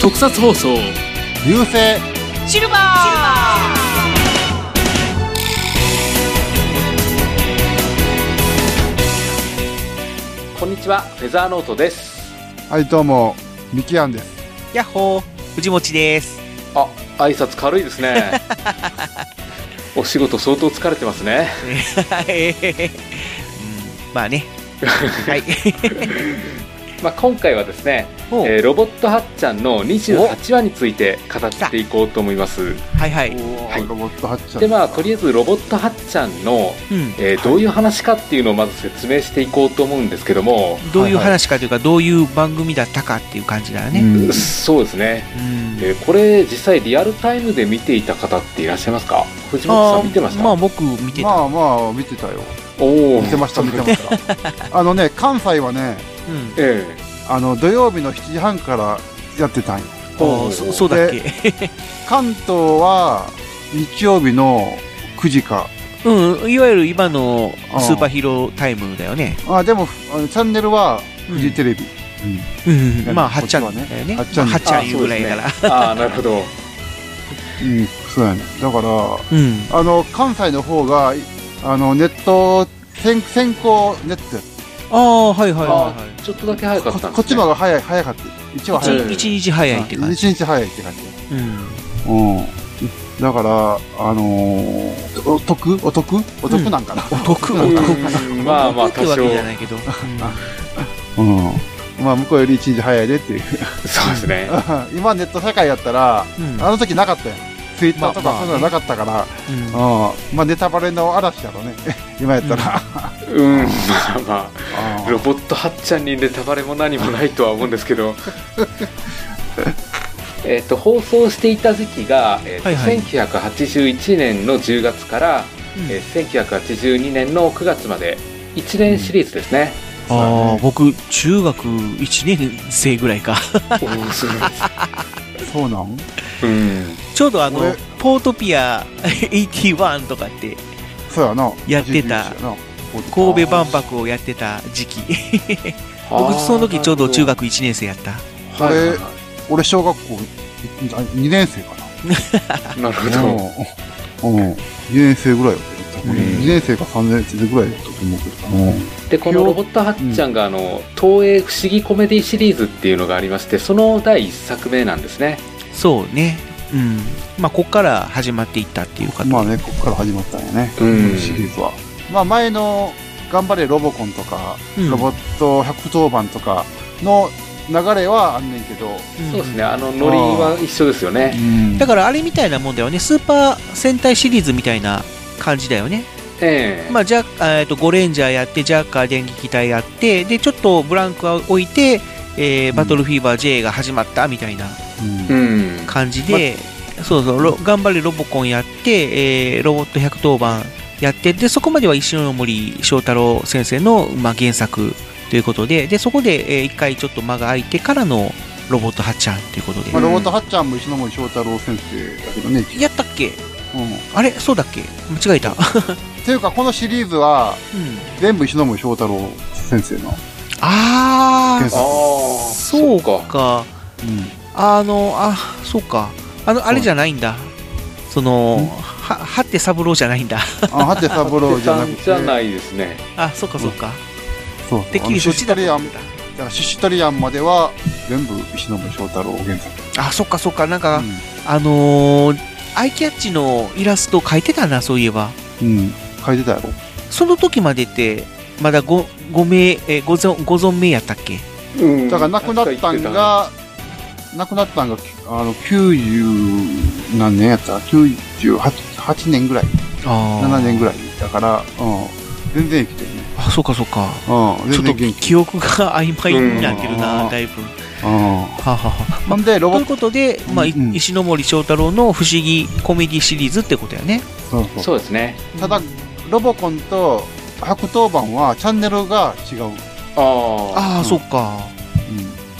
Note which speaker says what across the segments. Speaker 1: 特撮放送
Speaker 2: 流星
Speaker 3: シルバー
Speaker 4: こんにちは、フェザーノートです。
Speaker 2: はいどうもミキアンです
Speaker 5: ヤッホー藤持です
Speaker 4: あ、挨拶軽いですね。お仕事相当疲れてますね。
Speaker 5: えへへうんまあねはい
Speaker 4: まあ、今回はですね、
Speaker 5: ほう
Speaker 4: えーロボットはっちゃんの28話について語っていこうと思います。
Speaker 5: はいはい
Speaker 2: お
Speaker 4: はい
Speaker 2: ーロボットはっちゃん
Speaker 4: で、まあ、とりあえずロボットはっちゃんの、
Speaker 5: うん
Speaker 4: えーどういう話かっていうのをまず説明していこうと思うんですけども、
Speaker 5: どういう話かというかどういう番組だったかっていう感じだよ
Speaker 2: う
Speaker 5: ね
Speaker 2: ん
Speaker 4: そうですね。
Speaker 5: うん
Speaker 4: えーこれ、実際リアルタイムで見ていた方っていらっしゃいますか藤本さん見てました
Speaker 5: あーまあ僕見てた、
Speaker 2: まあまあ見てたよ
Speaker 4: おお。
Speaker 2: 見てました見て ましたあのね関西はね
Speaker 5: うん
Speaker 4: え
Speaker 2: あの土曜日の7時半からやってたんよ
Speaker 4: え
Speaker 5: あーそそうだっけ
Speaker 2: 関東は日曜日の9時か
Speaker 5: うんいわゆる今の
Speaker 2: あー
Speaker 5: スーパーヒーロータイムだよね
Speaker 2: あでもふあのチャンネルはフジテレビ、うん
Speaker 5: うん
Speaker 2: うん
Speaker 5: まあはっちゃんだよね
Speaker 2: こ
Speaker 5: は
Speaker 2: っ
Speaker 5: っ
Speaker 2: ち
Speaker 5: ち
Speaker 2: は
Speaker 5: ゃ
Speaker 2: ね
Speaker 5: ん
Speaker 2: はっちゃん
Speaker 5: いうぐらいから
Speaker 4: ああ、なるほど。
Speaker 2: うん、そうやね。だか
Speaker 5: うん
Speaker 2: ら、あの、関西の方が、いあの、ネット、先先行ネットやっ
Speaker 5: ああはいはい
Speaker 4: あ
Speaker 5: は
Speaker 4: ーちょっとだけ早か
Speaker 2: た
Speaker 4: ったんです、
Speaker 2: こ
Speaker 4: ね、
Speaker 2: こっちの方が早い、早かった。一話
Speaker 5: い
Speaker 2: 早い。
Speaker 5: はい一日早いって感じ
Speaker 2: 一日早いって感じ。
Speaker 5: うん
Speaker 2: うん。だから、あのー、お得お得お得なんかな。
Speaker 5: お得
Speaker 4: う
Speaker 5: お得
Speaker 4: ーんまあまあ
Speaker 5: って
Speaker 4: 多
Speaker 5: わ
Speaker 4: 少
Speaker 5: けじゃないけど、うん
Speaker 2: うん。まあ、向こうより一日早いでっていう。
Speaker 4: そうですね
Speaker 2: 今ネット社会やったら、
Speaker 5: うん
Speaker 2: あの時なかったよ。ツイッターとか
Speaker 5: まあま
Speaker 2: そ
Speaker 5: あね
Speaker 2: ういうのなかったから、
Speaker 5: うん
Speaker 2: うん。まあ、ネタバレの嵐だろうね。 今やったら。
Speaker 4: うんまあまあ
Speaker 2: う
Speaker 4: ロ
Speaker 2: ん
Speaker 4: ボットはっちゃんにネタバレも何もないとは思うんですけ どえっと放送していた時期が、えーと
Speaker 5: はいはい
Speaker 4: 1981年の10月から、
Speaker 5: うん
Speaker 4: えー1982年の9月まで1年シリーズです ね、
Speaker 5: ああ、僕、中学1年生ぐらいか。
Speaker 4: おおすごいです
Speaker 2: そうなん
Speaker 4: うん
Speaker 5: ちょうどあの
Speaker 2: 俺、
Speaker 5: ポートピア81とかって、
Speaker 2: そうやな。
Speaker 5: やってた
Speaker 2: 11やな
Speaker 5: 神戸万博をやってた時期。僕、その時ちょうど中学1年生やった。
Speaker 4: はいはいは
Speaker 2: 俺小学校2年生か
Speaker 4: いなるほ
Speaker 2: な
Speaker 4: ど
Speaker 2: うんうん2年生ぐらいだった
Speaker 4: うん
Speaker 2: 2年生か3年生ぐらいだったと思うけどな
Speaker 4: でこのロボットはっちゃんがあの東映不思議コメディシリーズっていうのがありましてその第1作目なんですね
Speaker 5: そうね。うん。まあ、こっから始まっていったっていうか、
Speaker 2: まあねここから始まったんやね
Speaker 4: うん
Speaker 2: シリーズはまあ前の「頑張れロボコン」とか
Speaker 5: うん
Speaker 2: ロボット110番とかの流れはあんねんけど
Speaker 5: うん
Speaker 4: そうですねあのノリは一緒ですよね
Speaker 5: だから、あれみたいなもんだよね。スーパー戦隊シリーズみたいな感じだよね。
Speaker 4: ええ
Speaker 5: まあ、ジャッえー、とゴレンジャーやってジャッカー電撃隊やってでちょっとブランクを置いて、えーバトルフィーバー J が始まったみたいな
Speaker 2: うん
Speaker 4: うん
Speaker 5: 感じで、そうそうロ頑張れロボコンやって、えーロボット110番やってでそこまでは石ノ森章太郎先生の、まあ、原作ということででそこで、えー一回ちょっと間が空いてからのロボットはっちゃんということで、
Speaker 2: まあロボットはっちゃんも石ノ森章太郎先生だけどね
Speaker 5: やったっけ
Speaker 2: うん
Speaker 5: あれそうだっけ間違えた、
Speaker 2: っていうかこのシリーズは
Speaker 5: うん、
Speaker 2: 全部石ノ森章太郎先生の
Speaker 5: あ
Speaker 2: 原
Speaker 5: あ
Speaker 2: 作
Speaker 4: ああ
Speaker 5: そうか
Speaker 2: うん
Speaker 5: あの、あ、そうか。あの、あれじゃないんだ。その、
Speaker 2: ん
Speaker 5: は、はって三郎じゃないんだ。
Speaker 2: あ、ハテサブローじゃな くて。
Speaker 4: じゃないですね
Speaker 5: あ、そうかそうか。
Speaker 2: そう。
Speaker 5: てっきりそっちだ
Speaker 2: あのシシト
Speaker 5: と
Speaker 2: リア
Speaker 5: 思っ
Speaker 2: ン、
Speaker 5: て
Speaker 2: だからシシトリアンまでは全部石森章太郎原作。
Speaker 5: た。あ、そっかそっか。なんか、
Speaker 2: う
Speaker 5: あのーアイキャッチのイラスト描いてたな、そういえば。
Speaker 2: ん。うん。書いてたやろ。
Speaker 5: その時までって、まだご、ご名、えーご存、ご存命やったっけ
Speaker 4: うん
Speaker 2: だから亡くなったんが、亡くなったんが、あの、90何年やった ?98 年ぐらい。
Speaker 5: あ
Speaker 2: 7年ぐ
Speaker 5: らい。
Speaker 2: らい。だから、うん。全然生きてるね。
Speaker 5: あ、そうかそうか。
Speaker 2: うん。
Speaker 5: ち
Speaker 2: 全
Speaker 5: ょっと
Speaker 2: 然元気。
Speaker 5: 記憶が曖昧になってる
Speaker 2: う
Speaker 5: な、
Speaker 2: ん
Speaker 5: だいぶ。
Speaker 2: うん。
Speaker 5: はあはあはあ
Speaker 2: ほんで、ロ
Speaker 5: と
Speaker 2: ボ
Speaker 5: いう
Speaker 2: ット、
Speaker 5: ことで、まあ、い
Speaker 2: うん
Speaker 5: 石ノ森章太郎の不思議コメディシリーズってことやね。
Speaker 2: そうそう。
Speaker 4: そうですね
Speaker 2: ただ、ロボコンと110番はチャンネルが違う。
Speaker 4: あ
Speaker 2: う
Speaker 5: あ
Speaker 2: ん
Speaker 5: あ、そっか。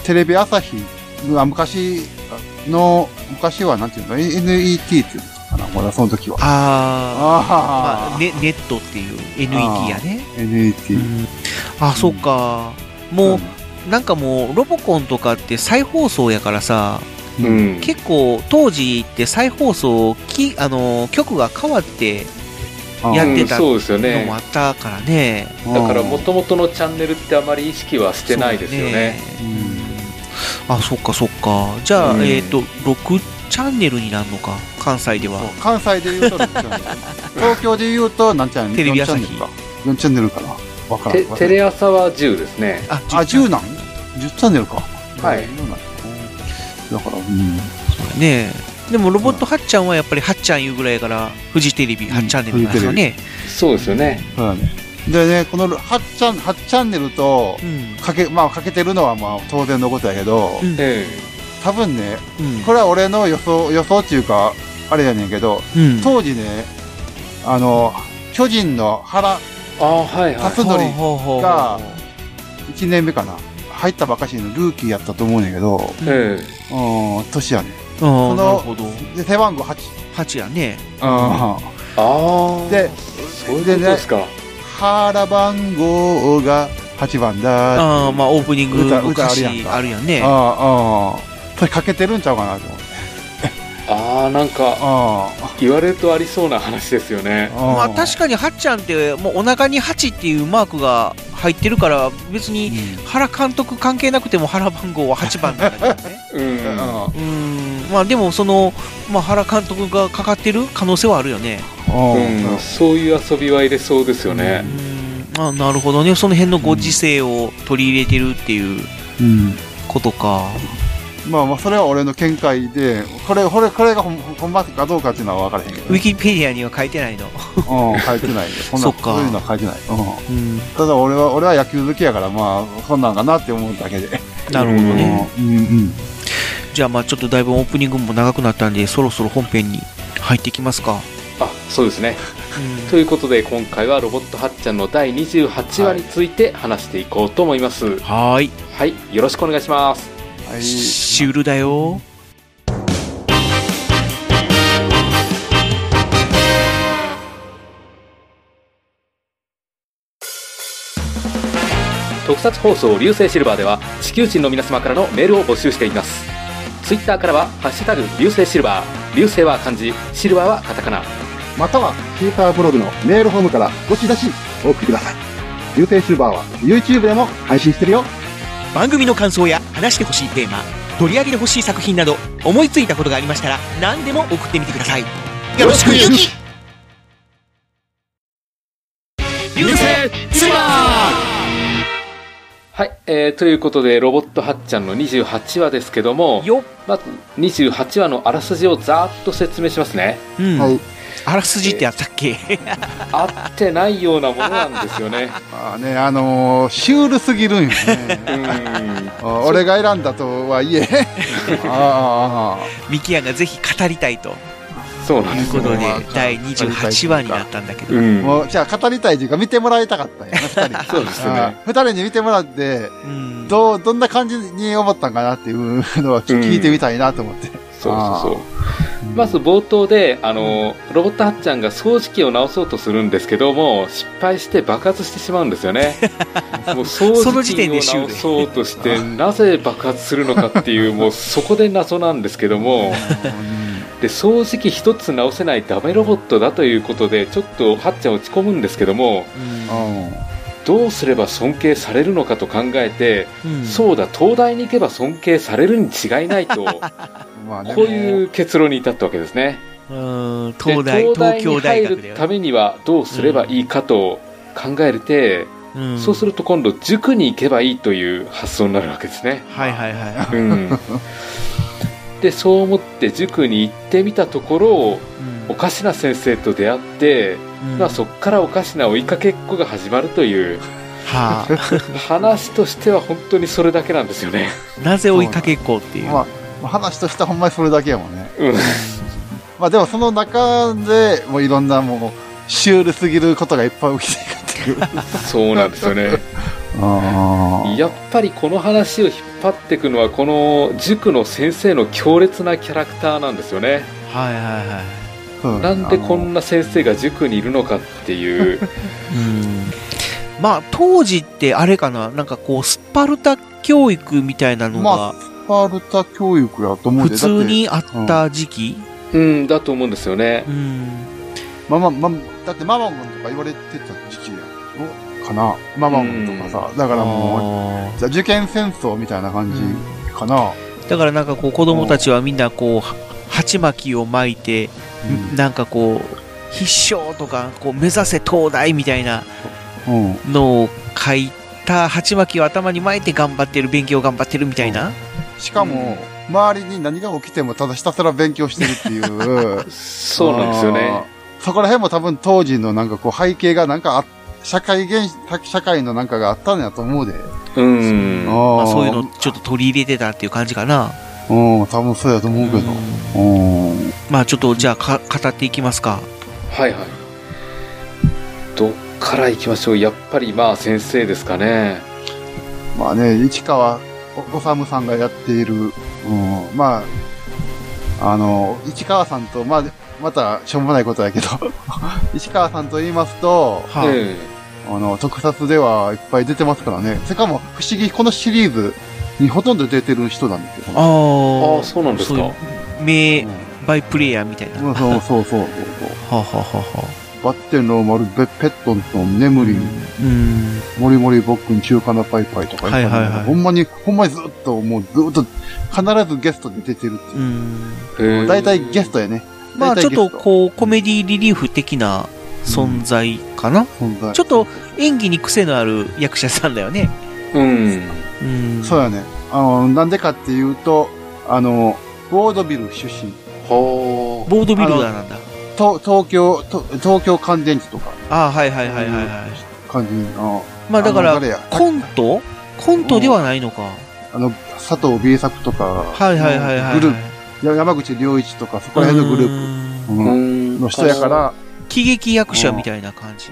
Speaker 2: テレビ朝日は昔の昔はなんていうの NET っていうんですかったかな、まだその時は。
Speaker 5: ああ、
Speaker 2: あ
Speaker 5: まあ
Speaker 2: あ、
Speaker 5: ね、ネットっていう NET やね。
Speaker 2: NET。
Speaker 5: うんあ、そうか。もう、なんかもう、ロボコンとかって再放送やからさ、
Speaker 2: うん
Speaker 4: うん
Speaker 5: 結構当時って再放送きあの曲が変わって
Speaker 2: うん
Speaker 5: やってた
Speaker 4: うんそうですよ
Speaker 5: の
Speaker 4: ね
Speaker 5: もあったからね。
Speaker 4: だから元々のチャンネルってあまり意識はしてないですよね
Speaker 5: そう
Speaker 2: う
Speaker 5: だ
Speaker 2: ん
Speaker 5: あ、そっかそっか。じゃあ、
Speaker 4: うん
Speaker 5: えっ、と、6チャンネルになるのか、関西では。
Speaker 2: そう関西で言うと6チャンネル 東京で言うと何チャンネル
Speaker 5: テレビ朝日
Speaker 2: 4チャンネルか4チャンネルかなわからん
Speaker 4: て
Speaker 2: わからん
Speaker 4: テレ朝は10ですね
Speaker 5: あ、
Speaker 2: あ10
Speaker 5: 10
Speaker 2: なん10チャンネルか
Speaker 4: はい
Speaker 2: 10なんだだからうん
Speaker 5: ねえでもロボットはっちゃんはやっぱりはっちゃんいうぐらいやからフジテレビ8チャンネルなんですよね、
Speaker 4: そうですよね
Speaker 2: そうだねでねこの8チャン八チャンネルと
Speaker 5: うん
Speaker 2: かけまあかけてるのはまあ当然のことやけど
Speaker 5: うん
Speaker 4: え
Speaker 2: 多分ね
Speaker 5: うん
Speaker 2: これは俺の予想予想っていうかあれやねんけど
Speaker 5: うん
Speaker 2: 当時ねあの巨人の原
Speaker 4: えああはいはい
Speaker 2: 辰徳
Speaker 5: ほうほうほうほう
Speaker 2: が1年目かな入ったばかしのルーキーやったと思うんやけど
Speaker 4: え
Speaker 2: うん年やね
Speaker 5: ああ
Speaker 2: の
Speaker 5: なるほど
Speaker 2: で背番号8
Speaker 5: 8やね
Speaker 2: う
Speaker 4: えああ
Speaker 2: で
Speaker 4: そういうことですか、
Speaker 2: ん原番号が8番だあ
Speaker 5: ああまあオープニング
Speaker 2: 歌
Speaker 5: の
Speaker 2: 歌
Speaker 5: 歌
Speaker 2: ある
Speaker 5: 詞
Speaker 2: やんか
Speaker 5: あるやんね
Speaker 2: ああそれかけてるんちゃうかなと思って
Speaker 4: ああなんか
Speaker 2: あ
Speaker 4: 言われるとありそうな話ですよね
Speaker 2: あ
Speaker 5: まあ確かにはっちゃんってもうお腹に8っていうマークが入ってるから別に原監督関係なくても原番号は8番だからね
Speaker 4: うん
Speaker 2: うんうん
Speaker 5: うーんまあでもその、まあ、原監督がかかってる可能性はあるよね
Speaker 2: うん
Speaker 4: うんそういう遊びは入れそうですよね、
Speaker 5: うんあなるほどねその辺のご時世を取り入れてるっていう
Speaker 2: うん
Speaker 5: ことか、
Speaker 2: まあまあそれは俺の見解でこれこれこれがほんほんまかどうかっていうのは分からへんけど
Speaker 5: ウィキペディアには書いてないの、
Speaker 2: うん書いてない そんな
Speaker 5: そっか
Speaker 2: そういうのは書いてないうんただ俺は俺は野球好きやからまあそんなんかなって思うだけで
Speaker 5: なるほどね、
Speaker 2: うんうん
Speaker 5: じゃあまあちょっとだいぶオープニングも長くなったんでそろそろ本編に入っていきますか、
Speaker 4: あそうですねということで今回はロボットはっちゃんの第28話について話していこうと思いますはい、
Speaker 5: はーい
Speaker 4: よろしくお願いします
Speaker 2: はい
Speaker 5: シュールだよ
Speaker 4: 特撮放送流星シルバーでは地球人の皆様からのメールを募集していますツイッターからは「ハッシュタグ流星シルバー」流星は漢字シルバーはカタカナ
Speaker 6: またはシーサーブログのメールフォームからどしどしお送りください。流星シルバーは YouTube でも配信してるよ。
Speaker 7: 番組の感想や話してほしいテーマ取り上げてほしい作品など思いついたことがありましたら何でも送ってみてくださいよろしくゆき流星シルバー
Speaker 4: はい、えー、ということでロボットはっちゃんの28話ですけども
Speaker 5: よっ、
Speaker 4: まず28話のあらすじをざーっと説明します ね
Speaker 5: うん
Speaker 6: はい
Speaker 5: あらすじってあったっけ、
Speaker 4: 合ってないようなものなんですよね
Speaker 2: まあねあのーシュールすぎるんよ ね
Speaker 4: うん
Speaker 2: あ俺が選んだとはいえあああ
Speaker 5: ミキヤンがぜひ語りたいと
Speaker 4: そうなん
Speaker 5: い
Speaker 4: で
Speaker 5: う
Speaker 4: す
Speaker 5: こ
Speaker 4: よ
Speaker 5: とで
Speaker 2: まあ
Speaker 5: 第28話になったんだけど、
Speaker 4: う
Speaker 2: あ
Speaker 4: ん
Speaker 2: もうじゃあ語りたいというか見てもらいたかったんやな2人
Speaker 4: そうですね
Speaker 2: 2人に見てもらって
Speaker 5: うん
Speaker 2: どうどんな感じに思ったんかなっていうのは
Speaker 4: うん
Speaker 2: 聞いてみたいなと思って、
Speaker 4: そうそうそう。まず冒頭で、あの、ロボットはっちゃんが掃除機を直そうとするんですけども、失敗して爆発してしまうんですよ ね。もう掃
Speaker 5: その
Speaker 4: 除
Speaker 5: 時
Speaker 4: 機
Speaker 5: 点
Speaker 4: を
Speaker 5: でシュール
Speaker 4: 直そうとして、なぜ爆発するのかっていう、もうそこで謎なんですけども、で、掃除機一つ直せないダメロボットだということで、ちょっとはっちゃん落ち込むんですけども、どうすれば尊敬されるのかと考えて、
Speaker 5: うん
Speaker 4: そうだ、東大に行けば尊敬されるに違いない と、
Speaker 2: うんまあね
Speaker 4: こういう結論に至ったわけですね。
Speaker 5: うん
Speaker 4: で
Speaker 5: 東大東京大
Speaker 4: に
Speaker 5: 学
Speaker 4: 入
Speaker 5: だ
Speaker 4: る
Speaker 5: よ
Speaker 4: ためにはどうすればいいかと考えて、
Speaker 5: うん
Speaker 4: そうすると今度塾に行けばいいという発想になるわけです ね。
Speaker 5: はいはいは
Speaker 4: うんでそう思って塾に行ってみたところ
Speaker 5: い、うん
Speaker 4: おかしな先生と出会って、
Speaker 5: うん
Speaker 4: まあ、そこからおかしな追いかけっこが始まるという
Speaker 5: はあ、
Speaker 4: 話としては本当にそれだけなんですよね。
Speaker 5: なぜ追いかけっこっていう。
Speaker 2: まあまあ話としてはほんまにそれだけやもんね
Speaker 4: うん
Speaker 2: まあでもその中でもういろんなもうシュールすぎることがいっぱい起きていくっていう
Speaker 4: そうなんですよ ね。
Speaker 2: あー
Speaker 4: やっぱりこの話を引っ張っていくのはこの塾の先生の強烈なキャラクターなんですよね
Speaker 5: はいはいはい。
Speaker 2: そうだ
Speaker 4: な
Speaker 2: ね
Speaker 4: んでこんな先生が塾にいるのかって いう、
Speaker 5: うんまあ当時ってあれかななんかこうスパルタ教育みたいなの
Speaker 2: ま
Speaker 5: が
Speaker 2: あのスパルタ教育やと思うん
Speaker 5: 普
Speaker 2: で
Speaker 5: 通にあった時期、
Speaker 4: うん、だと思うんですよね
Speaker 5: う。ん
Speaker 2: ママ、ママ、だってママモンとか言われてた時期やろかな。ママモンとかさ。だからも
Speaker 5: あ
Speaker 2: う、じゃあ受験戦争みたいな感じかな。
Speaker 5: ーだからなんかこう子供たちはみんなこうは鉢巻きを巻いて、なんかこう必勝とかこう目指せ東大みたいな
Speaker 2: うん。うん
Speaker 5: のを書いた鉢巻きを頭に巻いて頑張ってる勉強頑張ってるみたいな、
Speaker 2: しかも、周りに何が起きてもただひたすら勉強してるっていう。
Speaker 4: そうなんですよ
Speaker 2: あー
Speaker 4: ね。。
Speaker 2: そこら辺も多分当時のなんかこう背景がなんかあ社会現、社会のなんかがあったんやと思うで。
Speaker 4: うん。
Speaker 5: ま
Speaker 2: あ
Speaker 5: あ、そういうのちょっと取り入れてたっていう感じかな、
Speaker 2: の。うん、多分そうやと思うけど。
Speaker 5: うん
Speaker 2: うん。
Speaker 5: まあちょっとじゃあか語っていきますか
Speaker 4: はいはい。どっから行きましょう。やっぱりまあ先生ですかね。
Speaker 2: まあね、市川おさむさんがやっている、うん、まあ、あの、市川さんと、まあ、また、しょうもないことやけど、 市川さんと言いますと、
Speaker 5: はい、
Speaker 4: え
Speaker 2: あの、特撮ではいっぱい出てますからね。しかも、不思議、このシリーズにほとんど出てる人なんですよ。
Speaker 5: あ
Speaker 4: え
Speaker 5: ー
Speaker 4: ああ、そうなんです
Speaker 5: そう
Speaker 4: か
Speaker 5: いう。名
Speaker 2: うん
Speaker 5: バイプレイヤーみたいな、
Speaker 2: う
Speaker 5: は
Speaker 2: んそうそうそうそうそう。
Speaker 5: あはあはあはあ
Speaker 2: バッテンの丸、ベペットンと眠り、
Speaker 5: うん
Speaker 2: モリモリボックン、中華なパイパイとか、
Speaker 5: はいはいはい
Speaker 2: ほんまに、ほんまにずっと、もうずっと、必ずゲストで出てるって
Speaker 5: う
Speaker 2: い
Speaker 5: ん
Speaker 2: う。大体ゲス
Speaker 4: ト。
Speaker 2: トやね。
Speaker 5: まあち
Speaker 2: 大体
Speaker 5: ょっ
Speaker 2: ゲス
Speaker 5: とこうコメディリリーフ的な存在かな、
Speaker 2: 存在
Speaker 5: ちょっと演技に癖のある役者さんだよね
Speaker 4: うん。
Speaker 5: うん
Speaker 2: そうやね。あの、なんでかっていうと、あの、ボードビル出身。
Speaker 4: は
Speaker 5: ボードビルダーなんだ
Speaker 2: と東京、と東京乾電池とか、
Speaker 5: ああはいはいはいはいはい
Speaker 2: 感じの。
Speaker 5: まあだか
Speaker 2: あ
Speaker 5: ら
Speaker 2: の誰や
Speaker 5: コントコントではないのか、
Speaker 2: あの、佐藤 B 作とか、
Speaker 5: はいはいはいはい
Speaker 2: グループ、や山口良一とか、そこら辺のグルー
Speaker 5: ー
Speaker 2: プ、
Speaker 5: プ
Speaker 4: あ。
Speaker 2: う
Speaker 4: うんん
Speaker 2: の人やか。ら、
Speaker 5: 喜劇役者みたいな感じ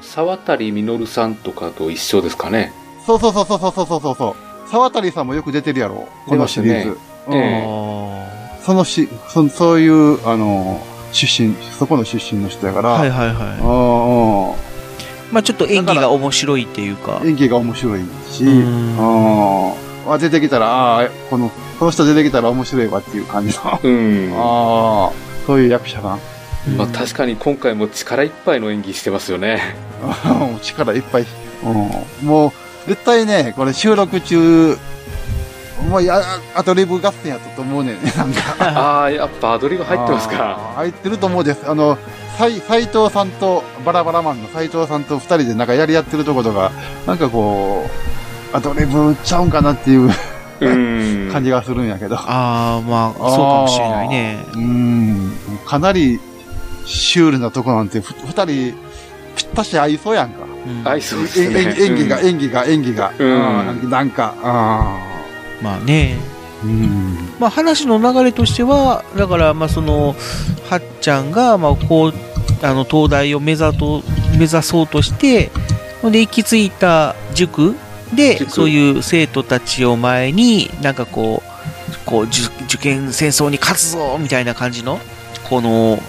Speaker 4: 沢渡実さんとかと一緒ですかね。
Speaker 2: そうそうそうそうそうそうそうそう。沢渡さんもよく出てるやろ、このシリーズ。
Speaker 4: 出ますね
Speaker 2: うん
Speaker 4: え
Speaker 5: あ
Speaker 2: そのしそ、そういう、あの、出身、そこの出身の人やから、
Speaker 5: あはい
Speaker 2: い、
Speaker 5: はいはい
Speaker 2: うんうん
Speaker 5: まあちょっと演技が面白いっていうか。
Speaker 2: 演技が面白いし、
Speaker 5: う
Speaker 2: うん
Speaker 5: ん
Speaker 2: あ出てきたら、ああ、この、この人出てきたら面白いわっていう感じの、あ
Speaker 4: うん。
Speaker 2: あ、そういう役者さん。
Speaker 4: まあ確かに今回も力いっぱいの演技してますよね。
Speaker 2: もう力いっぱい、うん、もう、絶対ね、これ収録中、もうや、アドリブ合戦やったと思うねんね、なんか。
Speaker 4: ああ、やっぱアドリブ入ってますか。
Speaker 2: あー入ってると思うです。あの、斎斎藤さんと、バラバラマンの斎藤さんと二人でなんかやり合ってるとことが、なんかこう、アドリブちゃうんかなっていう
Speaker 4: うん。
Speaker 2: 感じがするんやけど。
Speaker 5: ああまあそうかもしれないね
Speaker 2: うーん。かなりシュールなとこなんて、ふ二人、ぴったし合いそうやんか。
Speaker 5: うん
Speaker 4: はい、そうですね。
Speaker 2: え演演技が、
Speaker 4: うん
Speaker 2: 演技が、演技が。
Speaker 4: うん
Speaker 2: うんなんか、あ
Speaker 5: まあね
Speaker 2: ーうん。
Speaker 5: まあ話の流れとしてはだからまあそのはっちゃんがまあこうあの東大を目指と目指そうとしてほんで行き着いた塾で
Speaker 4: 塾
Speaker 5: そういう生徒たちを前になんかこうこう受受験戦争に勝つぞみたいな感じのこの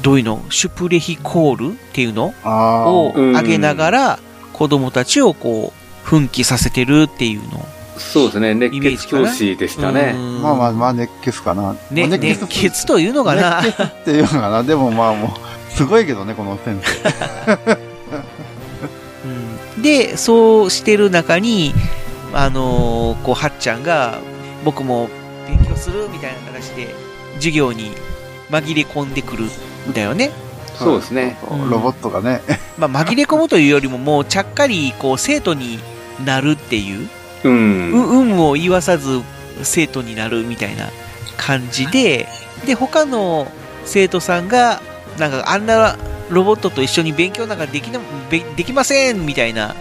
Speaker 5: どういうのシュプレヒコールっていうの
Speaker 2: あー
Speaker 5: を
Speaker 4: うん
Speaker 5: 上げながら子供たちをこう奮起させてるっていうの
Speaker 4: そうですね。熱
Speaker 5: イメージ
Speaker 4: 血
Speaker 5: かな
Speaker 4: 教師でしたね。
Speaker 5: うん
Speaker 2: まあまあまあ熱血かな。
Speaker 5: ね
Speaker 2: まあ
Speaker 5: 熱
Speaker 2: する
Speaker 5: 血というのか な、
Speaker 2: 熱血っていうのかな。でもまあもう、すごいけどね、この先生。
Speaker 5: うんでそうしてる中にあのーこうはっちゃんが僕も勉強するみたいな形で授業に紛れ込んでくるんだよね、
Speaker 4: そうですね。
Speaker 5: うん
Speaker 2: ロボットがね。
Speaker 5: まあ、紛れ込むというよりももうちゃっかりこう生徒になるっていう
Speaker 4: うん。
Speaker 5: う運を言わさず生徒になるみたいな感じで、で、他の生徒さんが、なんかあんなロボットと一緒に勉強なんかできなべできませんみたいな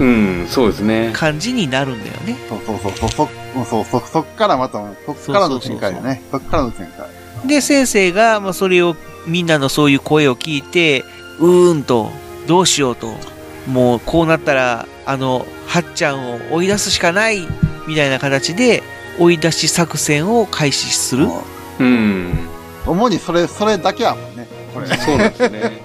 Speaker 4: うん、そうですね。
Speaker 5: 感じになるんだよね。
Speaker 2: そうそうそうそう。そそうそうそっからまた、そっからの展開だね。そっからの展開。
Speaker 5: で、先生が、まあ、それを、みんなのそういう声を聞いて、うーんと、どうしようと、もうこうなったら、あの、はっちゃんを追い出すしかないみたいな形で、追い出し作戦を開始する。
Speaker 4: うん。
Speaker 2: 主にそれ、それだけやもんね。これ。
Speaker 4: そうなんですね。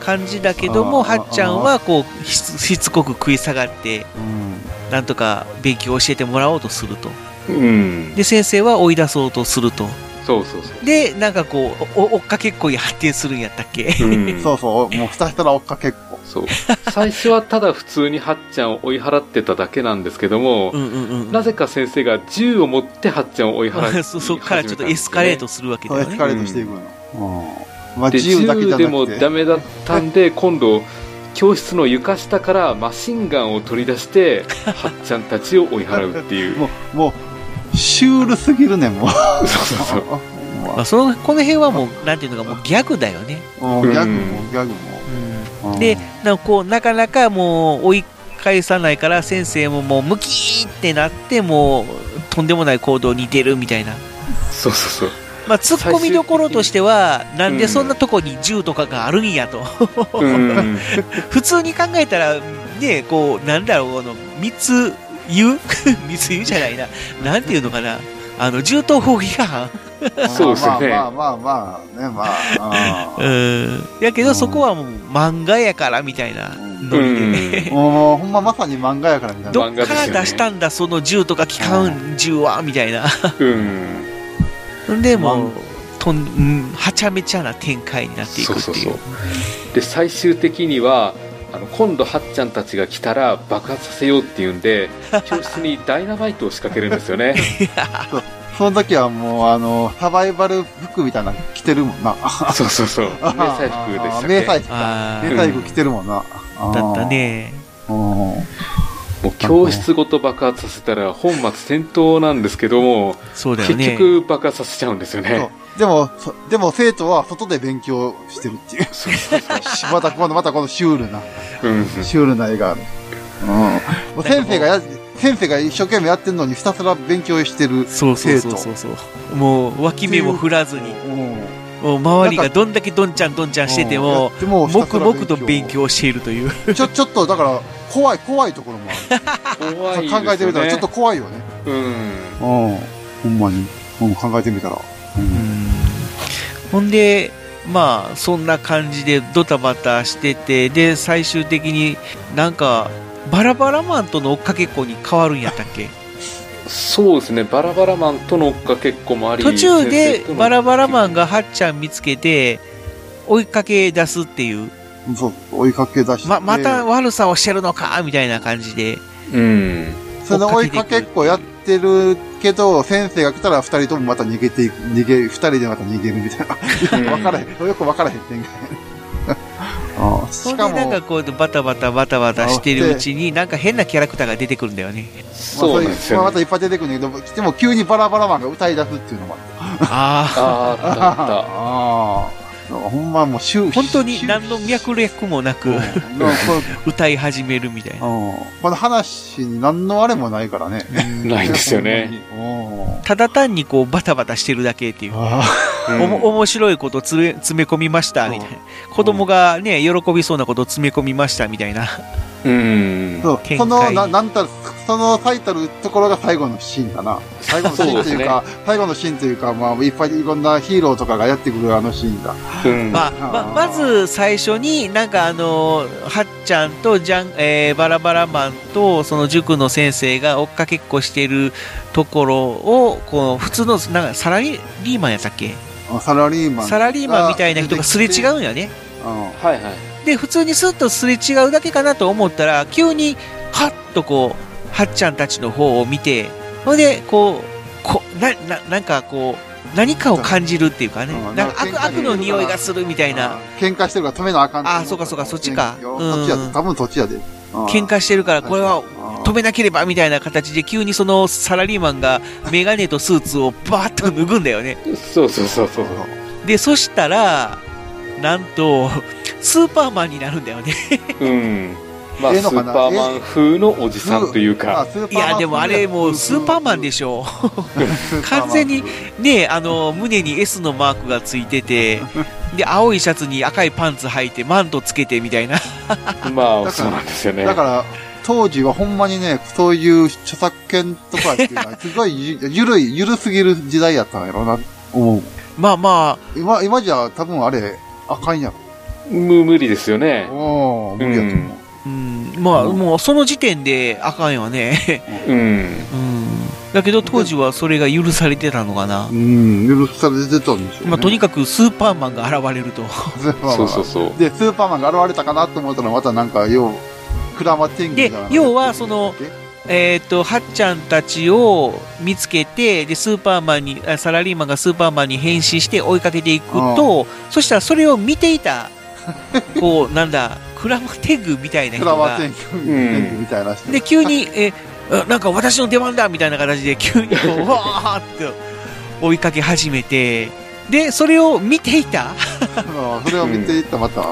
Speaker 5: 感じだけども
Speaker 2: あー
Speaker 5: はっちゃんはこうしつしつこく食い下がって
Speaker 2: うん。
Speaker 5: なんとか勉強を教えてもらおうとすると
Speaker 4: うん。
Speaker 5: で先生は追い出そうとすると
Speaker 4: そうそうそ
Speaker 5: でなんかこうおお追っかけっこに発展するんやったっけ
Speaker 4: う。 うん
Speaker 2: そうそう、もうひたひたら追っかけっこ。
Speaker 4: そう。最初はただ普通にハッちゃんを追い払ってただけなんですけども、
Speaker 5: うんうん うんうん
Speaker 4: なぜか先生が銃を持ってハッちゃんを追い払って、
Speaker 5: そそっからちょっとエスカレートするわけだ
Speaker 2: そうエ
Speaker 5: よ
Speaker 2: ス
Speaker 5: ね
Speaker 2: カレートしていくの。うん。まあ、
Speaker 4: で
Speaker 2: 自由だけじゃ
Speaker 4: 銃
Speaker 2: な
Speaker 4: でも
Speaker 2: く
Speaker 4: ダ
Speaker 2: て。
Speaker 4: メだったんで今度教室の床下からマシンガンを取り出 してはっちゃんたちを追い払うっていう
Speaker 2: もう、もう、シュールすぎるね、もう。
Speaker 4: そうそうそう
Speaker 5: まあ、そのこの辺はもうなんていうのかもうギャグだよね、
Speaker 2: もうギャグも、ギャグも。うん
Speaker 5: で、なんかこうなかなかもう追い返さないから先生ももうムキーってなってもうとんでもない行動に出るみたいな、
Speaker 4: そう そうそう
Speaker 5: まあ、ツッコミどころとしてはなんでそんなとこに銃とかがある んやと
Speaker 4: うん
Speaker 5: 普通に考えたらねこうなんだろうあの密輸 密輸じゃないななんていうのかなあの銃刀法違反
Speaker 4: そうですね
Speaker 2: まあまあまあまあ、ね、まあ。
Speaker 5: うんやけどそこはもう漫画やからみたいな
Speaker 4: う
Speaker 5: ノリで
Speaker 4: ん
Speaker 2: うんもう、ほんままさに漫画やからみたいな。
Speaker 5: どっから出したんだ、その銃とか機関銃は、みたいな。
Speaker 4: うん
Speaker 5: で、もう、とん、うんはちゃめちゃな展開になっていく
Speaker 4: そうそ
Speaker 5: って
Speaker 4: う
Speaker 5: い。
Speaker 4: そううで最終的にはあの今度はっちゃんたちが来たら爆発させようっていうん で教室にダイナマイトを仕掛けるんですよね
Speaker 2: その時はもう、あの、サバイバル服みたいなの着てるもんな。
Speaker 4: そうそう そう迷彩服でしたっ
Speaker 2: 迷
Speaker 4: け
Speaker 2: 彩服か。
Speaker 5: あ
Speaker 2: 迷彩服着てるもんな。
Speaker 5: あ、だったね。
Speaker 2: あー。うん
Speaker 4: もう教室ごと爆発させたら本末転倒なんですけども
Speaker 5: そうだよ
Speaker 4: 結
Speaker 5: ね。
Speaker 4: 局爆発させちゃうんですよ
Speaker 2: そ
Speaker 4: ね。
Speaker 2: うでも、そでも生徒は外で勉強してるっていう。
Speaker 4: そうそうそう。
Speaker 2: また今度、またこのシュールな、
Speaker 4: うん。
Speaker 2: シュールな絵がある。うん。もう先生がや、先生が一生懸命やってるのにひたすら勉強してる。
Speaker 5: そうそうそうそうそう。もう、脇目も振らずに、
Speaker 2: うん。
Speaker 5: もう周りがどんだけどんちゃんどんちゃんしてても、
Speaker 2: でもひたす
Speaker 5: 黙
Speaker 2: ら
Speaker 5: 々と勉強しているという。
Speaker 2: ちょ、ちょっと、だから、怖い、怖いところもある。
Speaker 4: 怖いですよね。
Speaker 2: 考えてみたら、ちょっと怖いよね。
Speaker 4: うん。
Speaker 2: うん。ほんまに。うん、考えてみたら。うん。
Speaker 5: ほんで、まあ、そんな感じでドタバタしてて、で、最終的になんか、バラバラマンとの追っかけっこに変わるんやったっけ
Speaker 4: そうですね。バラバラマンとの追っかけっこもあり。
Speaker 5: 途中
Speaker 4: 先
Speaker 5: で
Speaker 4: 生との
Speaker 5: バラバラマンがハッちゃん見つけて、追いかけ出すっていう、
Speaker 2: そう、追いかけ出して。
Speaker 5: ま、また悪さをしてるのかみたいな感じで、
Speaker 4: うん。
Speaker 2: その追いかけっこやってるけど、先生が来たら二人ともまた逃げていく、逃げ、二人でまた逃げるみたいな。わからへん。よくわからへん展開。ああ
Speaker 5: そ
Speaker 2: し
Speaker 5: れ
Speaker 2: か
Speaker 5: で
Speaker 2: も、
Speaker 5: なんかこうバタバタバタバタしてるうちに、なんか変なキャラクターが出てくるんだよね。
Speaker 4: そうなんです
Speaker 2: まあ
Speaker 4: よ、
Speaker 2: ま
Speaker 4: ね。
Speaker 2: たいっぱい出てくるんだけど、でも急にバラバラマンが歌い出すっていうのもある。
Speaker 5: ああ。
Speaker 4: あーあったあった。
Speaker 2: ああ。ほんまもう、シュ
Speaker 5: 本当に何の脈略もな く
Speaker 2: うんなんかこう
Speaker 5: 歌い始めるみたいな。
Speaker 2: うんこの話に何のあれもないからね。
Speaker 4: ないんですよね。
Speaker 2: ほんまに。うん
Speaker 5: ただ単にこうバタバタしてるだけっていう。
Speaker 2: あ
Speaker 4: うん
Speaker 5: おも面白いこと詰め詰め込みましたみたいな子供がね喜びそうなこと詰め込みましたみたいな
Speaker 4: うん
Speaker 2: あ。そう
Speaker 5: 展開
Speaker 2: その、ななんたら、その最たるところが最後のシーンかな。最後のシーンというか、最後のシーンというか、まあ、いっぱいいろんなヒーローとかがやってくるあのシーンだ。
Speaker 4: うん。
Speaker 5: まあままず最初になんかあのはっちゃんとジャン、えーバラバラマンとその塾の先生が追っかけっこしてるところをこう普通のなんかサラリーマンやったっけ
Speaker 2: サラリーマン。
Speaker 5: サラリーマンみたいな人がすれ違うんやね
Speaker 2: うん。
Speaker 4: はいはい。
Speaker 5: で普通にスッとすれ違うだけかなと思ったら急にハッとこうはっちゃんたちの方を見てほんでこうこなななんかこう何かを感じるっていうかね
Speaker 2: うん
Speaker 5: なんか
Speaker 2: なん
Speaker 5: 悪
Speaker 2: か
Speaker 5: 悪の匂いがするみたいな
Speaker 2: 喧嘩してるから止めなあかんと思
Speaker 5: あそうかそうかそっちか
Speaker 2: よ
Speaker 5: うん
Speaker 2: そっちやで。多分そっちやで。
Speaker 5: 喧嘩してるからこれは止めなければみたいな形で急にそのサラリーマンがメガネとスーツをバーッと脱ぐんだよね
Speaker 4: そうそうそうそう。
Speaker 5: でそしたらなんとスーパーマンになるんだよね
Speaker 4: うん。まあ、
Speaker 2: ええ
Speaker 4: ス
Speaker 2: のか
Speaker 4: ー
Speaker 2: な
Speaker 4: パーマン風のおじさんというか。
Speaker 5: いやでもあれもうスーパーマンでしょ完全にねあの胸に S のマークがついててで青いシャツに赤いパンツ履いてマントつけてみたいな
Speaker 4: ま
Speaker 2: ら
Speaker 4: あ、そうなんですよね。
Speaker 2: だから、当時はほんまにね、そういう著作権とかっていうのは、すごいゆゆるい、ゆるすぎる時代やったんやろうな、思う。
Speaker 5: まあまあ、
Speaker 2: 今、今じゃ多分あれ、あかんや
Speaker 4: む無理ですよね
Speaker 2: ろ。。おー無理やと思う。
Speaker 5: うん、まあ、
Speaker 2: うん
Speaker 5: もうその時点であかんよね。
Speaker 4: うん。
Speaker 5: うん。だけど当時はそれが許されてたのかな。
Speaker 2: うん、許されてたんでしょう、ね。
Speaker 5: まあ、とに
Speaker 2: か
Speaker 5: かくスーパーマンが現れると。
Speaker 2: く、スーパーマン
Speaker 4: そうそうそう。
Speaker 2: で、スーパーマンが現れたかなと思ったら、またなんか、よう、クラマ天狗じゃなく
Speaker 5: で
Speaker 2: て
Speaker 5: 要はその、 えっ、と、はっちゃんたちを見つけて、で、スーパーマンに、あサラリーマンがスーパーマンに変身して追いかけていくと、そしたらそれを見てい た、こう、なんだ、クラマテグみたいな
Speaker 2: ク
Speaker 5: 人
Speaker 2: ラマ
Speaker 5: が、
Speaker 2: 天狗天狗みたいな人。
Speaker 5: で、急に、え、あなんか私の出番だみたいな形で、急にこ う、わーって追いかけ始めて、で、それを見ていた、
Speaker 2: あーそれを見ていった、また、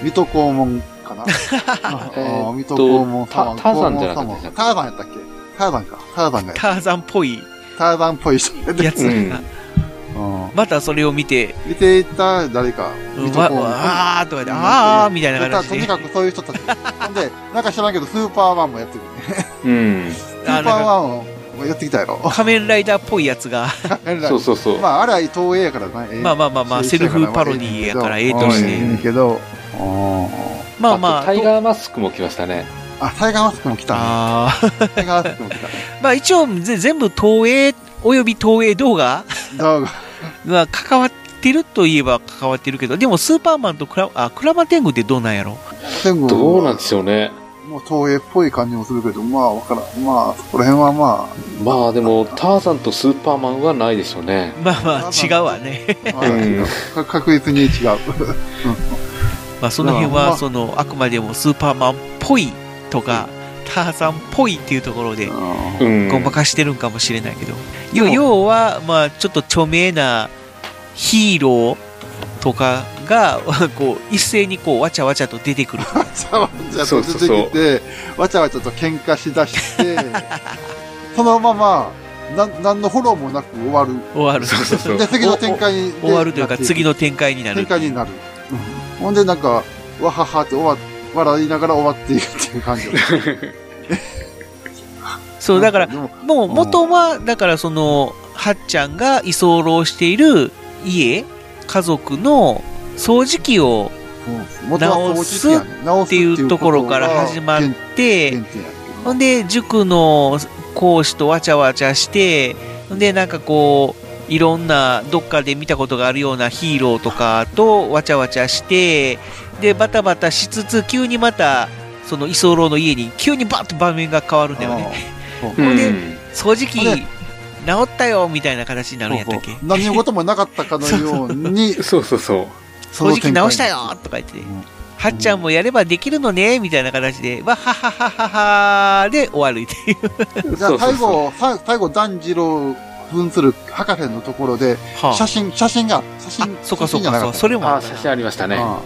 Speaker 2: 水戸黄門か な。あー水戸黄門様。
Speaker 4: タターザンじゃなかった
Speaker 2: 黄門
Speaker 4: でした
Speaker 2: 様
Speaker 4: っけ
Speaker 2: ターザンやったっけターザンか。ターザンがやった
Speaker 5: ターザンっぽい
Speaker 2: ターザンっぽい人が出て
Speaker 5: やつが、
Speaker 2: うん
Speaker 5: またそれを見て、
Speaker 2: 見ていった誰か。水戸
Speaker 5: わ、
Speaker 2: 黄門
Speaker 5: わーっとか言って、あーみたいな
Speaker 2: だ
Speaker 5: 形
Speaker 2: と
Speaker 5: で
Speaker 2: に。かくそういう人たち。ほんで、なんか知らんけど、スーパーマンもやってくるね。
Speaker 4: うん。
Speaker 2: スー パー
Speaker 5: あなんか
Speaker 2: マンもやってきたやろ。
Speaker 5: 仮面ライダーっぽいやつが、
Speaker 4: そうそうそう。
Speaker 2: まあ、あれは東映やからね。
Speaker 5: まあまあまあまあ、セルフパロディやからええとし
Speaker 4: うん
Speaker 5: て、
Speaker 2: いいけど、うん
Speaker 5: まあま
Speaker 4: と
Speaker 5: あ、
Speaker 4: タイ
Speaker 5: と
Speaker 4: ガーマスクも来ましたね。
Speaker 2: あ、タイガーマスクも来たね。
Speaker 5: あー
Speaker 2: タイガーマスクも来たね。
Speaker 5: まあ一応ぜ全部東映および東映動画
Speaker 2: どうも
Speaker 5: が関わってるといえば関わってるけど、でもスーパーマンとクラあクラマテングってどうなんやろ
Speaker 2: でも
Speaker 4: どうなんでしょうね。
Speaker 2: もう東映っぽい感じもするけど、まあ、わからん。まあ、そこら辺はま
Speaker 4: まあでも、ターザンとスーパーマンはないでしょうね。
Speaker 5: まあま
Speaker 2: ま
Speaker 5: あ
Speaker 2: あ
Speaker 5: 違うわね。
Speaker 2: あ、まあ違うか確実に違う。
Speaker 5: まあその辺
Speaker 2: まあま
Speaker 5: は
Speaker 2: あ
Speaker 5: そのあくまでもスーパーマンっぽいとか、ターザンっぽいっていうところで
Speaker 2: うん
Speaker 4: うん。
Speaker 5: ごまかしてるんかもしれないけど、要
Speaker 2: でも
Speaker 5: 要はまあちょっと著名なヒーローとかが こう一斉にこうわちゃわちゃと出 てくると
Speaker 2: わちゃわちゃと出てきて、わちゃわちゃと喧嘩しだ して、そのまま、なん、なんのフォローもなく終わる。
Speaker 5: 終わる
Speaker 4: そうそうそう。
Speaker 2: で、次の展開に。
Speaker 5: 終わるというか次
Speaker 2: の
Speaker 5: の展開になる
Speaker 2: 展開になる。うんほんで、なんか、わははって終わ、笑いながら終わっていくっていう感じ。
Speaker 5: そうだから
Speaker 2: でも
Speaker 5: もう元はだからそのはっちゃんが居候している家家族の掃除機を
Speaker 2: うん元は掃除機やね直
Speaker 5: っ
Speaker 2: す
Speaker 5: ていうところから始まっ
Speaker 2: 原
Speaker 5: て
Speaker 2: 原点やけど
Speaker 5: ほんで塾の講師とわちゃわちゃしてほんでなんかこういろんなどっかで見たことがあるようなヒーローとかとわちゃわちゃしてでバタバタしつつ急にまたその居候の家に急にバッと場面が変わるんだよね
Speaker 4: うん。
Speaker 5: 掃除機
Speaker 2: ほん
Speaker 5: 治
Speaker 2: で
Speaker 5: ったよみたいな形になるんやったっけ
Speaker 2: そうそう何事もなかったかのよう に、
Speaker 4: そうそうそう。
Speaker 2: そ
Speaker 5: 掃
Speaker 2: の
Speaker 5: 除機
Speaker 2: 展開
Speaker 5: 直したよとか言って、
Speaker 2: ん
Speaker 5: はっちゃんもやればできるのねみたいな形で、わはははははで終わるっていう。
Speaker 2: じゃあ最後、さ最後、炭治郎扮する博士のところで、写
Speaker 5: あ、
Speaker 2: 真、写真が、写真、
Speaker 5: そうかそう
Speaker 2: 写真じゃ
Speaker 5: か
Speaker 2: な
Speaker 5: そ
Speaker 2: か
Speaker 5: う、
Speaker 2: った
Speaker 5: それも
Speaker 4: あ
Speaker 5: あ
Speaker 4: あ、
Speaker 5: る
Speaker 4: 写
Speaker 5: な
Speaker 4: 真ありましたね。
Speaker 2: あ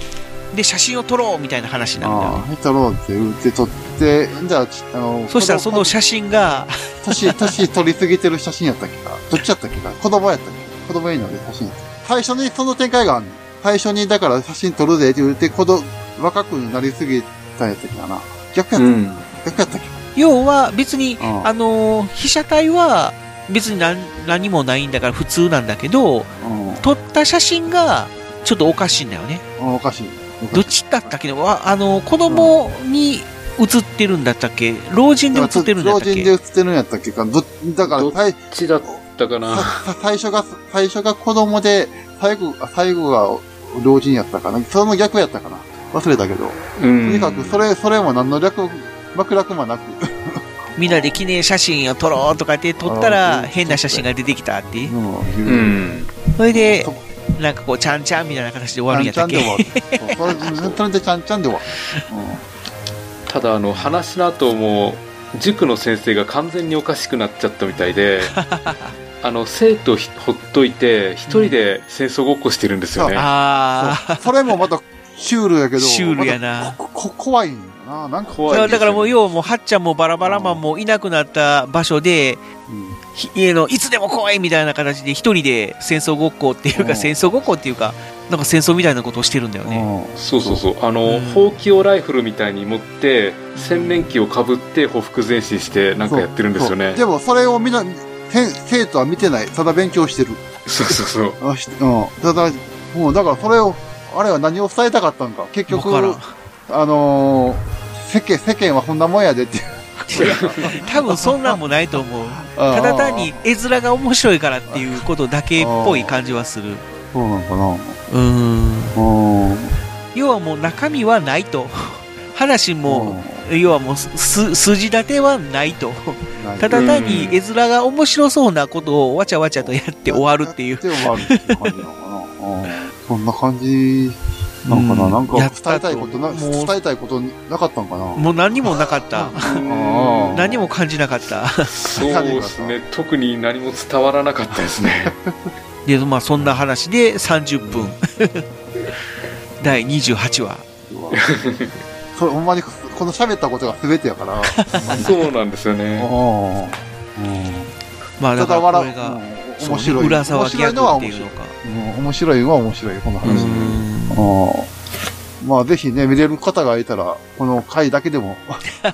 Speaker 5: で、写真を撮ろうみたいな話
Speaker 2: あ
Speaker 5: なんだよ
Speaker 2: ああ、ヘタローって打って取って、じゃあ、ちあの、
Speaker 5: そしたらその
Speaker 2: 子
Speaker 5: 写真が、
Speaker 2: 供年、年取りすぎてる写真やったっけか。どっちやったっけか。子供やったっけ子供いいので写真やった。最初にその展開があるの。最初に、だから写真撮るでって言って、子供、若くなりすぎたやつやったっけかな。逆や
Speaker 4: う
Speaker 2: った、
Speaker 4: ん。
Speaker 2: 逆やったっけ
Speaker 5: 要は別に、
Speaker 2: うん
Speaker 5: あのー被写体は別に何何もないんだから普通なんだけど、
Speaker 2: うん
Speaker 5: 撮った写真がちょっとおかしいんだよね。
Speaker 2: うん。おかしい。
Speaker 5: どっちだったっけわあのー子供に写ってるんだったっけ老人で写ってるんだったっ
Speaker 2: 老人
Speaker 5: け
Speaker 2: で写ってるんやったっけか。ど、だから、
Speaker 4: ど
Speaker 2: 最
Speaker 4: こっちだったかな。
Speaker 2: さ最初が、最初が子供で、最後、最後が老人やったかな。その逆やったかな。忘れたけど。
Speaker 4: うん。
Speaker 2: とにかく、それ、それも何の略、脈絡もなく。
Speaker 5: みんなで記念写真を撮ろうとかって撮った
Speaker 2: あ
Speaker 5: ら
Speaker 2: ー。
Speaker 5: 変な写真が出てきたっていううん
Speaker 4: う
Speaker 2: うん
Speaker 4: ん。
Speaker 5: それで
Speaker 2: そ
Speaker 5: なんかこうちゃんちゃんみたいな形で終わるんやっ
Speaker 2: ち
Speaker 5: た
Speaker 2: ゃ
Speaker 5: っ
Speaker 2: んちゃんで終
Speaker 5: け
Speaker 2: わる。そうそれそれでちゃんちゃんで終わる。
Speaker 4: ただ、あの、話の後も、塾の先生が完全におかしくなっちゃったみたい で、あの、生徒ひほっといて、一人で戦争ごっこしてるんですよね。
Speaker 5: あ
Speaker 2: うん、そうそれもまた、シュールやけど。
Speaker 5: シュールやな
Speaker 2: またここ怖いんやな。なんか、
Speaker 5: あ
Speaker 4: 怖いですよね。
Speaker 5: だからもう要はもうはっちゃんもバラバラマンもいなくなった場所で
Speaker 2: うん
Speaker 5: ひ家のいつでも来いみたいな形で一人で戦争ごっこっていう
Speaker 2: う
Speaker 5: か
Speaker 2: ん
Speaker 5: 戦争ごっこっていうかなんか戦争みたいなことをしてるんだよね
Speaker 4: そうそうそう。あ
Speaker 5: う
Speaker 4: の
Speaker 5: ん、
Speaker 4: ほうきをライフルみたいに持って、洗面器をかぶって、ほふ前進して、なんかやってるんですよ
Speaker 2: そ
Speaker 4: ね
Speaker 2: う。でも、それをみんな、せ生徒は見てない。ただ勉強してる。
Speaker 4: そうそうそう。
Speaker 2: あしうん。ただ、もうだからそれを、あれは何を伝えたかったんか。結局、
Speaker 5: わからん
Speaker 2: あのー世間、世間はこんなもんやでっていう。
Speaker 5: 多分そんなんもないと思う。た
Speaker 2: た
Speaker 5: だ単に、絵面が面白いからっていうことだけっぽい感じはする。
Speaker 2: そうなのか
Speaker 5: うーん。
Speaker 2: な。うん。
Speaker 5: 要はもう中身はないと。話も、要はもうす筋立てはないと。
Speaker 2: うん、ない
Speaker 5: ただ単に絵面が面白そうなことをわちゃわちゃとやって終わるってい
Speaker 2: や
Speaker 5: う
Speaker 2: っ。て終わるっていう感じなのかな。うんそんな感じなんかな。
Speaker 5: うん
Speaker 2: なん
Speaker 5: や
Speaker 2: か
Speaker 5: った
Speaker 2: 伝えたいことな、
Speaker 5: ともう
Speaker 2: 伝えたいことなかった んかな。
Speaker 5: もう何にもなかった。
Speaker 2: あー
Speaker 5: 何も感じなかった。
Speaker 4: そうですね。特に何も伝わらなかったです ね。
Speaker 5: で、まあそんな話で30分。第28話。
Speaker 2: うわそれほんまにこの喋ったことが全てや から。
Speaker 4: そうなんですよね。
Speaker 2: う
Speaker 5: まあ
Speaker 2: ん。
Speaker 5: だ
Speaker 2: ただ
Speaker 5: からこ
Speaker 2: 笑
Speaker 5: れ
Speaker 2: う
Speaker 5: が、
Speaker 2: うん。面白
Speaker 5: そう
Speaker 2: い。
Speaker 5: ね浦沢
Speaker 2: 面
Speaker 5: ギャ
Speaker 2: 白いのは
Speaker 5: グって
Speaker 2: 面
Speaker 5: い
Speaker 2: 白
Speaker 5: うの
Speaker 2: い。
Speaker 5: か。
Speaker 2: うん面白いのは面白い、この
Speaker 5: う
Speaker 2: 話。
Speaker 5: ーん
Speaker 2: うんまあぜひね、見れる方がいたら、この回だけでも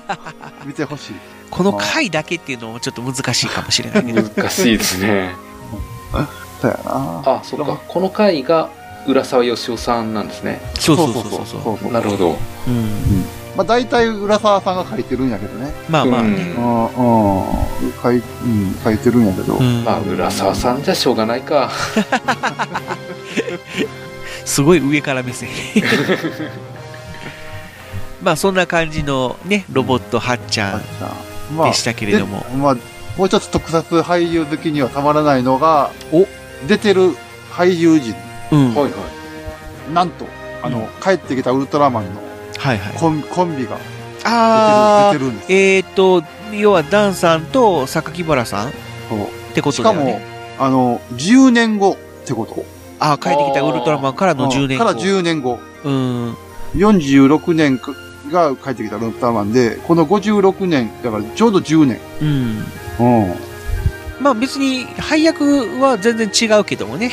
Speaker 2: 見てほしい。
Speaker 5: この回だけっていうのもちょっと難しいかもし れないけど。
Speaker 4: 難しいですね。
Speaker 2: そうやな。
Speaker 4: あ、そっか。この回が浦沢義雄さんなんですね。
Speaker 5: そうそうそうそう。
Speaker 2: う
Speaker 4: なるほど。
Speaker 5: うん
Speaker 2: まあ大体浦沢さんが書いてるんやけどね。
Speaker 5: まあまあ
Speaker 4: う
Speaker 5: ね。
Speaker 2: うんん、うん、書い、うん、書いてるんやけど。
Speaker 5: うん
Speaker 4: まあ、浦沢さんじゃしょうがないか。
Speaker 5: すごい上から目線。まあそんな感じのね、ロボットはっちゃ
Speaker 2: あっ
Speaker 5: ん
Speaker 2: ちゃんまあ
Speaker 5: でしたけれども
Speaker 2: でまあ、もう一つ特撮俳優好きにはたまらないのが、
Speaker 5: お
Speaker 2: 出てる俳優陣、
Speaker 5: うん。
Speaker 4: はい
Speaker 5: は
Speaker 4: はい。
Speaker 2: なんと、あの、帰ってきたウルトラマンの
Speaker 5: いはい。
Speaker 2: コンコンビが
Speaker 5: あ
Speaker 2: 出
Speaker 5: ー
Speaker 2: てる出てるんです
Speaker 5: えっ、と、要はダンさんと榊原さんっ
Speaker 2: よ。
Speaker 5: てこと
Speaker 2: し
Speaker 5: だ
Speaker 2: か
Speaker 5: よ
Speaker 2: も
Speaker 5: ね。、
Speaker 2: あの、10年後ってこと。
Speaker 5: ああ、帰ってきたウルトラマンからの10年後。
Speaker 2: から10年後。
Speaker 5: うん。
Speaker 2: 46年が帰ってきたウルトラマンで、この56年、だからちょうど10年。
Speaker 5: うん。
Speaker 2: う
Speaker 5: まあ別に配役は全然違うけどもね。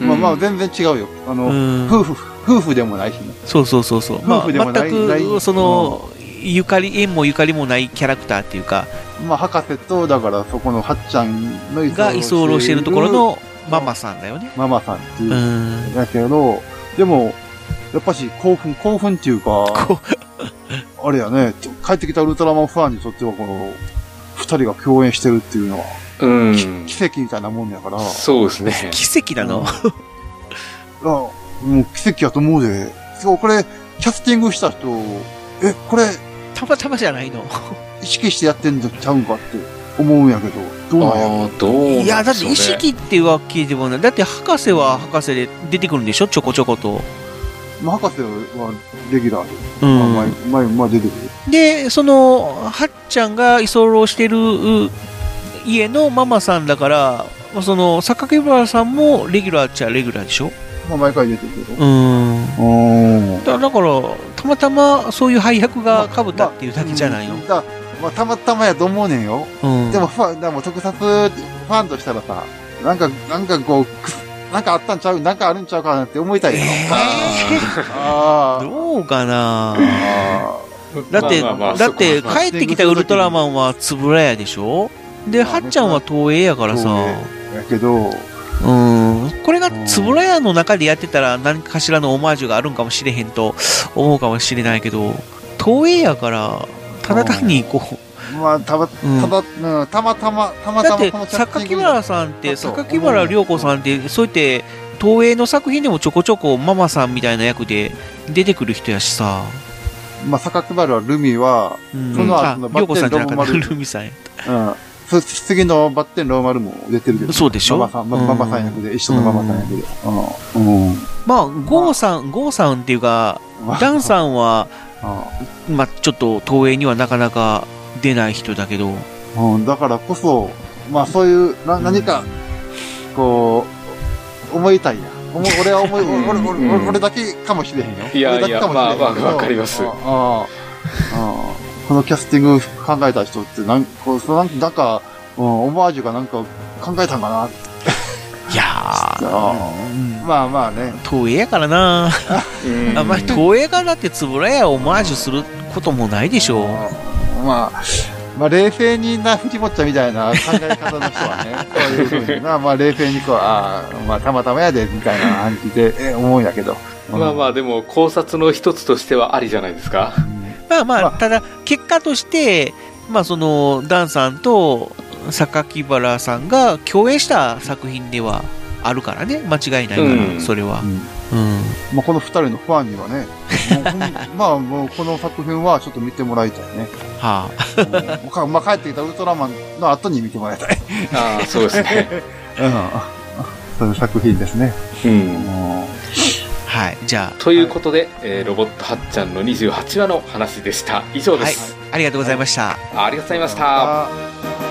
Speaker 2: ん。まあまあ
Speaker 4: うん
Speaker 2: 全然違うよ。あの、
Speaker 5: うん。
Speaker 2: 夫婦、夫婦でもないしね。
Speaker 5: そうそうそうそう。ま
Speaker 2: 夫
Speaker 5: あ
Speaker 2: 婦でもない
Speaker 5: 全
Speaker 2: な
Speaker 5: く、
Speaker 2: い
Speaker 5: その、ゆかり、縁もゆかりもないキャラクターっていうか、
Speaker 2: まあ博士と、だからそこのはっちゃんの居
Speaker 5: が居候してるところのママさんだよね。
Speaker 2: ママさんっていうう。
Speaker 5: ん。
Speaker 2: だけど、でも、やっぱし興奮、興奮っていうか
Speaker 5: こ、
Speaker 2: あれやね、帰ってきたウルトラマンファンにとってはこの、二人が共演してるっていうのは、
Speaker 4: うん。
Speaker 2: 奇跡みたいなもんやから、
Speaker 4: そうですね。
Speaker 5: 奇跡なの
Speaker 2: あもう奇跡やと思うで。そう、これ、キャスティングした人、え、これ、
Speaker 5: たまたまじゃないの
Speaker 2: 意識してやってんのちゃうんかって思うんやけど、どうなん
Speaker 4: ああ、
Speaker 2: や
Speaker 4: どうなんでしょうね
Speaker 5: いや、だって意識ってわけでもない。だって博士は博士で出てくるんでしょちょこちょこと。
Speaker 2: まあ、博士はレギュラーで、
Speaker 5: う
Speaker 2: まあ前、
Speaker 5: ん。
Speaker 2: 前、まあ出てくる。
Speaker 5: で、その、はっちゃんが居候してるう家のママさんだから、その、榊原さんもレギュラーっちゃレギュラーでしょ
Speaker 2: まあ、毎回出てるけど。
Speaker 5: うん。
Speaker 2: うん。
Speaker 5: だだから、たまたまそういう配役がかぶったっていうだけじゃない
Speaker 2: う
Speaker 5: の、
Speaker 2: んだまあ、たまたまやと思うねんよ。
Speaker 5: うん。
Speaker 2: でも、ファン、でも特撮ファンとしたらさ、なんか、なんかこう、くすなんかあったんちゃうなんかあるんちゃうかなって思いたいよ。あー
Speaker 5: どうかな
Speaker 2: あ
Speaker 5: だって、
Speaker 4: まあまあまあ
Speaker 5: だって
Speaker 4: そこはまあ
Speaker 5: 帰ってきたウルトラマンはつぶらやでしょで、
Speaker 2: ま
Speaker 5: は
Speaker 2: あ
Speaker 5: っちゃんは東映やからさ、
Speaker 2: ー。やけど、
Speaker 5: うん。これがつぶらやの中でやってたら何かしらのオマージュがあるんかもしれへんと思うかもしれないけど、東映やから、ただ単にこう、
Speaker 2: まあ、たま、ただ、うん、たまたま、たま
Speaker 5: だ
Speaker 2: た
Speaker 5: っ
Speaker 2: ま
Speaker 5: て
Speaker 2: このキャスティン
Speaker 5: 榊
Speaker 2: グ
Speaker 5: 原さんって
Speaker 2: そう
Speaker 5: 榊原涼子さんってそうやって東映の作品でもちょこちょこママさんみたいな役で出てくる人やしさ、
Speaker 2: まあ、榊原ルミは、
Speaker 5: うん、
Speaker 2: その後
Speaker 5: あ
Speaker 2: のバ
Speaker 5: 涼
Speaker 2: ッ
Speaker 5: 子
Speaker 2: テ
Speaker 5: さ
Speaker 2: ン
Speaker 5: んじゃなかった
Speaker 2: ローマル
Speaker 5: ルミさんや
Speaker 2: うん。そ次のバッテンローマルも出てるけど。
Speaker 5: そうでしょ
Speaker 2: ママさん、ま
Speaker 5: うん
Speaker 2: ママさん役で、一緒のママさん役で。うん。うん。
Speaker 5: まあ郷さん郷さんっていうかダンさんは、
Speaker 2: う
Speaker 5: まあ、ちょっと東映にはなかなか出ない人だけど
Speaker 2: んうん。だからこそ、まあ、そういう、な、何か、こう、思いたいや。思う俺は 思い、俺、俺、俺俺俺だけかもしれへんよ。
Speaker 4: いやいや
Speaker 2: 俺だけかもしれへんけど
Speaker 4: まあまあわかります
Speaker 2: ああ。ああこのキャスティング考えた人って、なんこうそのなんか、うん、オマージュがなんか考えたんかなって。
Speaker 5: いや
Speaker 2: ああまあまあね。
Speaker 5: ー東映やか らな、
Speaker 4: うん
Speaker 5: あんまり東映がだって円谷をオマージュすることもないでしょ
Speaker 2: まあ、まあ、冷静にな、藤本ちゃんみたいな考え方の人はね、そ ういうふうにな、まあ、冷静にこう、ああ、まあ、たまたまやで、みたいな感じでえ思うんやけど。
Speaker 4: まあまあ、でも考察の一つとしてはありじゃないですか。
Speaker 5: まあまあ、
Speaker 2: まあ
Speaker 5: ただ、結果として、まあその、ダンさんと榊原さんが共演した作品ではあるからね、間違いないから、
Speaker 4: うん
Speaker 5: それは
Speaker 2: う。ん
Speaker 5: うん。
Speaker 2: まあ、この二人のファンにはね、もうほんまあ、もうこの 作品はちょっと見てもらいたいね。
Speaker 5: は
Speaker 2: うんかまあ、帰ってきたウルトラマンの後に見てもらいたい。
Speaker 4: ああ、そうです ね。
Speaker 2: うん。そういう作品ですね。
Speaker 4: うん。
Speaker 2: も
Speaker 5: あ、はい。じゃあ、
Speaker 4: ということで、えーロボットはっちゃんの28話の話でした。以上で
Speaker 5: はい
Speaker 4: す。。
Speaker 5: ありがとうございました。
Speaker 4: ありがとうございました。
Speaker 2: う